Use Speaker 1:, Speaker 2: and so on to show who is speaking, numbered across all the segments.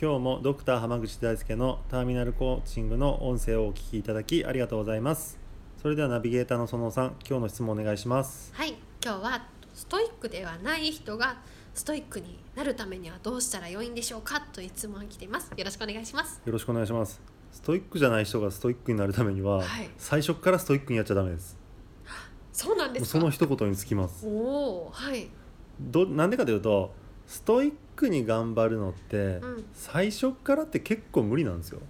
Speaker 1: 今日もドクター濱口大輔のターミナルコーチングの音声をお聞きいただきありがとうございますそれではナビゲーターの園さん今日の質問お願いします
Speaker 2: はい今日はストイックではない人がストイックになるためにはどうしたら良いんでしょうかという質問が来ていますよろしくお願いします
Speaker 1: よろしくお願いしますストイックじゃない人がストイックになるためには、
Speaker 2: はい
Speaker 1: 最初からストイックにやっちゃダメです
Speaker 2: そうなんで
Speaker 1: もう
Speaker 2: す
Speaker 1: そ
Speaker 2: か
Speaker 1: の一言につきます
Speaker 2: おおはい
Speaker 1: どなんでかというとストイックに頑張るのって、
Speaker 2: ん
Speaker 1: 最初からって結構無理なんですよ、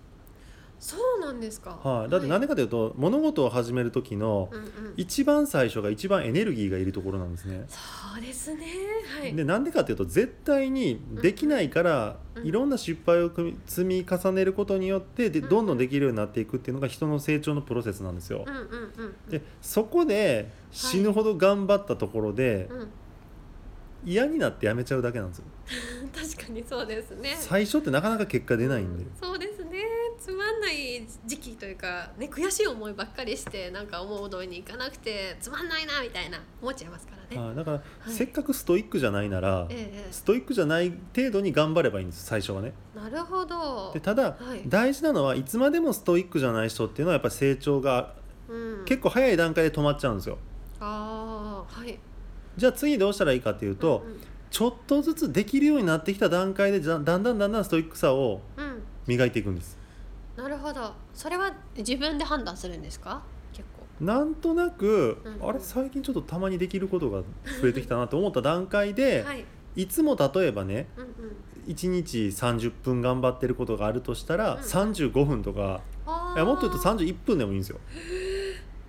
Speaker 2: そうなんですか
Speaker 1: はい、だってなん
Speaker 2: で
Speaker 1: でかというと、物事を始める時の
Speaker 2: うんうん
Speaker 1: 一番最初が一番エネルギーがいるところなんですね、
Speaker 2: そうですねはい
Speaker 1: でなんでかっていうと絶対にできないから、
Speaker 2: うん
Speaker 1: いろんな失敗を組み積み重ねることによってで
Speaker 2: うん
Speaker 1: どんどんできるようになっていくっていうのが人の成長のプロセスなんですよ
Speaker 2: う。んうんうん
Speaker 1: でそこで死ぬほど頑張ったところで、
Speaker 2: うん
Speaker 1: 嫌になってやめちゃうだけなんですよ。
Speaker 2: 確かにそうですね
Speaker 1: 最初ってなかなか結果出ないんで、
Speaker 2: そうですねつまんない時期というか、ね、悔しい思いばっかりしてなんか思う通りにいかなくてつまんないなみたいな思っちゃいますからね、
Speaker 1: はいだから、
Speaker 2: い
Speaker 1: せっかくストイックじゃないなら、
Speaker 2: えええ
Speaker 1: ストイックじゃない程度に頑張ればいいんです最初はね。
Speaker 2: えなるほど
Speaker 1: でただ、
Speaker 2: はい
Speaker 1: 大事なのはいつまでもストイックじゃない人っていうのはやっぱり成長が
Speaker 2: うん、
Speaker 1: 結構早い段階で止まっちゃうんですよ。
Speaker 2: ああはい
Speaker 1: じゃあ次どうしたらいいかっていうと、
Speaker 2: うん
Speaker 1: ちょっとずつできるようになってきた段階でじゃだんだんだんだんストイックさを
Speaker 2: うん、うん
Speaker 1: 磨いていくんです
Speaker 2: なるほどそれは自分で判断するんですか結構
Speaker 1: なんとなく、
Speaker 2: うん
Speaker 1: あれ最近ちょっとたまにできることが増えてきたなと思った段階で、
Speaker 2: はい
Speaker 1: い、つも例えばね
Speaker 2: うんうん
Speaker 1: 1日30分頑張ってることがあるとしたら、
Speaker 2: うん
Speaker 1: 35分とか
Speaker 2: あー
Speaker 1: いやもっと言うと31分でもいいんですよ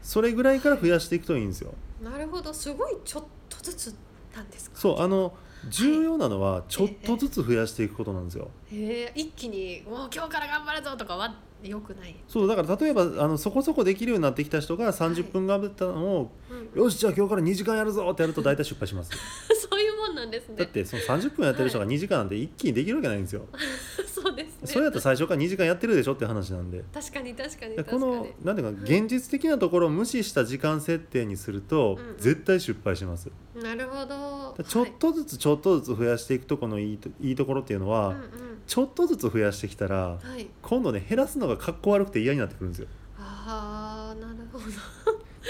Speaker 1: それぐらいから増やしていくといいんですよ
Speaker 2: なるほどすごいちょっとずつなんですか
Speaker 1: そうあの重要なのはちょっとずつ増やしていくことなんですよ
Speaker 2: へえ一気にもう今日から頑張るぞとかは良くない、
Speaker 1: そうだから例えばあのそこそこできるようになってきた人が30分頑張ったのを
Speaker 2: うんうん、
Speaker 1: よしじゃあ今日から2時間やるぞってやると大体失敗します
Speaker 2: そういうもんなんです
Speaker 1: だっ
Speaker 2: ね
Speaker 1: てその30分やってる人が2時間なんて一気にできるわけないんですよ、
Speaker 2: そうですね
Speaker 1: それやったら最初から2時間やってるでしょって話なんで
Speaker 2: 確かに確かに
Speaker 1: で
Speaker 2: 確か
Speaker 1: こ
Speaker 2: に
Speaker 1: のなんていうか現実的なところを無視した時間設定にすると
Speaker 2: うん
Speaker 1: 絶対失敗します
Speaker 2: なるほど
Speaker 1: だからちょっとずつちょっとずつ増やしていくとこのいいといいところっていうのは、
Speaker 2: はい、うん
Speaker 1: ちょっとずつ増やしてきたら
Speaker 2: うんはい、
Speaker 1: 今度ね減らすのがかっこ悪くて嫌になってくるんですよ
Speaker 2: ああなるほど、
Speaker 1: だか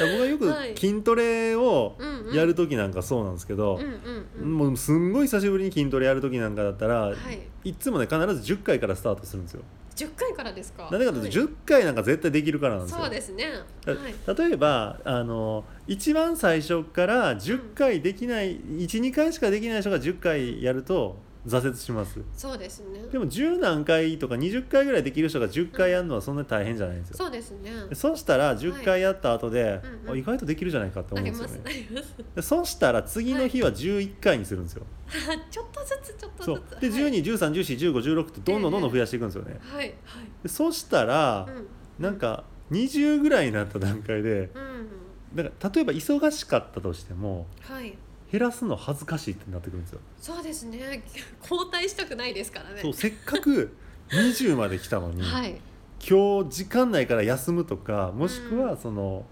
Speaker 1: ら僕はよ
Speaker 2: は
Speaker 1: く
Speaker 2: い
Speaker 1: 筋トレを
Speaker 2: うんうん、
Speaker 1: やる時なんかそうなんですけど、
Speaker 2: うんうんうん
Speaker 1: もうすんごい久しぶりに筋トレやる時なんかだったら、
Speaker 2: はい
Speaker 1: い、つもね必ず10回からスタートするんですよ
Speaker 2: 10回からですか
Speaker 1: なんでかというと10回なんか絶対できるからなんですよ
Speaker 2: そうですね。
Speaker 1: だ
Speaker 2: はい。
Speaker 1: 例えばあの一番最初から10回できない12回しかできない人が10回やると挫折します
Speaker 2: そうですね。
Speaker 1: でも10何回とか20回ぐらいできる人が10回やるのはそんなに大変じゃないんですよ
Speaker 2: そうですね。
Speaker 1: そしたら10回やった後で、
Speaker 2: うんうん
Speaker 1: あ意外とできるじゃないかって思
Speaker 2: な
Speaker 1: うん
Speaker 2: り
Speaker 1: です
Speaker 2: ま
Speaker 1: よ
Speaker 2: す
Speaker 1: ね
Speaker 2: なります。
Speaker 1: でそしたら次の日は11回にするんですよ、
Speaker 2: ちょっとずつちょっ
Speaker 1: そ
Speaker 2: と
Speaker 1: う
Speaker 2: ずつ。
Speaker 1: で1213141516ってどんどんどんどん増やしていくんですよね、
Speaker 2: はい
Speaker 1: でそしたら
Speaker 2: はい。うん
Speaker 1: なんか20ぐらいになった段階で
Speaker 2: うん
Speaker 1: なんか例えば忙しかったとしても
Speaker 2: はい。
Speaker 1: 減らすの恥ずかしいってなってくるんですよ、
Speaker 2: そうですね。 交代したくないですからね。
Speaker 1: そうせっかく20まで来たのに、
Speaker 2: はい。
Speaker 1: 今日時間内から休むとかもしくはその、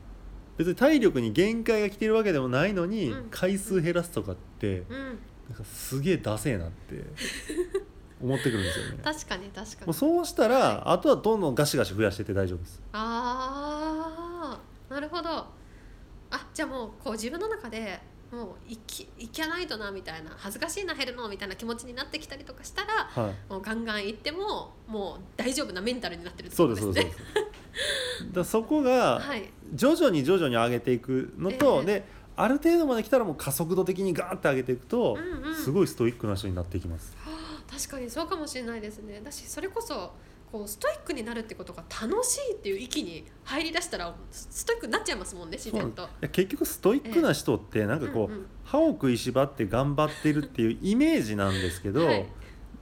Speaker 1: 別に体力に限界が来てるわけでもないのに、
Speaker 2: うん
Speaker 1: 回数減らすとかって
Speaker 2: うん。
Speaker 1: なんかすげえダセえなって思ってくるんですよね
Speaker 2: 確かに確か
Speaker 1: もう
Speaker 2: に。
Speaker 1: そうしたら、あとはどんどんガシガシ増やしてって大丈夫です
Speaker 2: ああ、なるほど。あ、じゃあもうこう自分の中で。もういきいけないとなみたいな恥ずかしいな減るのみたいな気持ちになってきたりとかしたら
Speaker 1: はい
Speaker 2: もうガンガン行ってももう大丈夫なメンタルになってるって
Speaker 1: そ
Speaker 2: こ
Speaker 1: う
Speaker 2: と
Speaker 1: で
Speaker 2: ですす
Speaker 1: そうですそう です
Speaker 2: ね。
Speaker 1: だからそこが
Speaker 2: はい、
Speaker 1: 徐々に徐々に上げていくのと、
Speaker 2: ええ
Speaker 1: である程度まで来たらもう加速度的にガーって上げていくと、
Speaker 2: うんうん
Speaker 1: すごいストイックな人になっていきます
Speaker 2: 確かにそうかもしれないですねだしそれこそこうストイックになるってことが楽しいっていう域に入りだしたらスストイックになっちゃいますもんね自然と。
Speaker 1: や結局ストイックな人ってなんかこう、
Speaker 2: うんうん
Speaker 1: 歯を食いしばって頑張ってるっていうイメージなんですけど、
Speaker 2: はい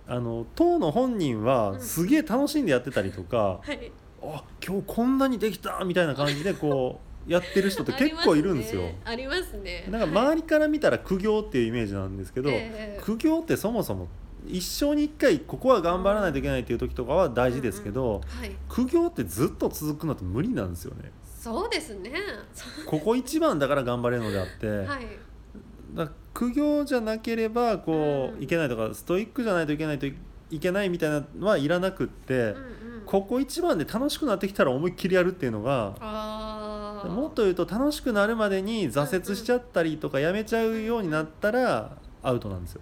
Speaker 1: あの当の本人
Speaker 2: う
Speaker 1: は
Speaker 2: ん
Speaker 1: すげえ楽しんでやってたりとか、
Speaker 2: はい、
Speaker 1: あ今日こんなにできたみたいな感じでこうやってる人って結構いるんですよ。
Speaker 2: ありますね。
Speaker 1: なんか周りから見たら苦行っていうイメージなんですけど、
Speaker 2: ええ
Speaker 1: 苦行ってそもそも一生に一回ここは頑張らないといけないっていう時とかは大事ですけど、
Speaker 2: はい、
Speaker 1: 苦行ってずっと続くのって無理なんですよね。
Speaker 2: そうですね。そ
Speaker 1: ここ一番だから頑張れるのであって、
Speaker 2: うはい、
Speaker 1: だから苦行じゃなければこう、
Speaker 2: うん
Speaker 1: いけないとかストイックじゃないといけないといいけないみたいなのはいらなくって、
Speaker 2: うんうん、
Speaker 1: ここ一番で楽しくなってきたら思いっきりやるっていうのが
Speaker 2: ああ
Speaker 1: もっと言うと楽しくなるまでに挫折しちゃったりとかやめちゃうようになったらアウトなんですよ。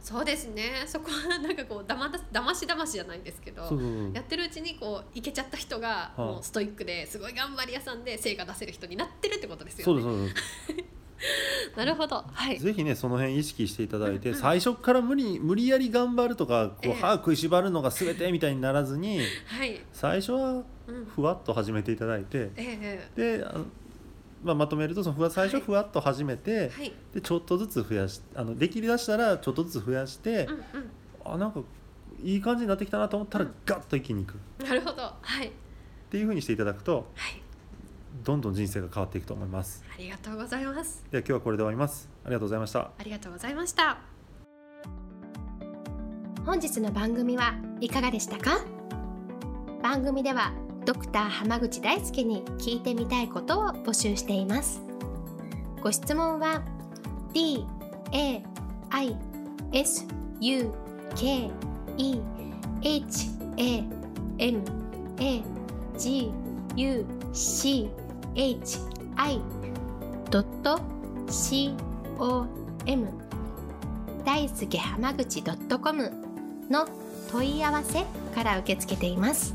Speaker 2: そうですねそこはなんかこうだまだだましだましじゃないですけど
Speaker 1: そうそうそう
Speaker 2: やってるうちにこういけちゃった人が
Speaker 1: い
Speaker 2: もうストイックですごい頑張り屋さんで成果出せる人になってるってことです
Speaker 1: そ
Speaker 2: よ
Speaker 1: うで
Speaker 2: ね。
Speaker 1: すそうです
Speaker 2: なるほどはい
Speaker 1: ぜひねその辺意識していただいて最初から無理無理やり頑張るとかこ
Speaker 2: え
Speaker 1: う
Speaker 2: え
Speaker 1: 歯食いしばるのが全てみたいにならずに
Speaker 2: はい、
Speaker 1: 最初は
Speaker 2: うん、
Speaker 1: ふわっと始めていただいて
Speaker 2: ええ
Speaker 1: であのまあ、まとめるとそのふわ最初
Speaker 2: はい
Speaker 1: ふわっと始めて、
Speaker 2: はい、
Speaker 1: でちょっとずつ増やしあのできだしたらちょっとずつ増やして
Speaker 2: う、ん
Speaker 1: あなんかいい感じになってきたなと思ったら
Speaker 2: うん
Speaker 1: ガッと一気にいくっ
Speaker 2: うん、なるほどはい
Speaker 1: ていうふうにしていただくと
Speaker 2: はい
Speaker 1: どんどん人生が変わっていくと思います
Speaker 2: ありがとうございます
Speaker 1: では今日はこれで終わりますありがとうございました
Speaker 2: ありがとうございました
Speaker 3: 本日の番組はいかがでしたか番組ではドクター濱口大輔に聞いてみたいことを募集していますご質問は d a i s u k e h a m a g u c h i c o m 大輔濱口 .com の問い合わせから受け付けています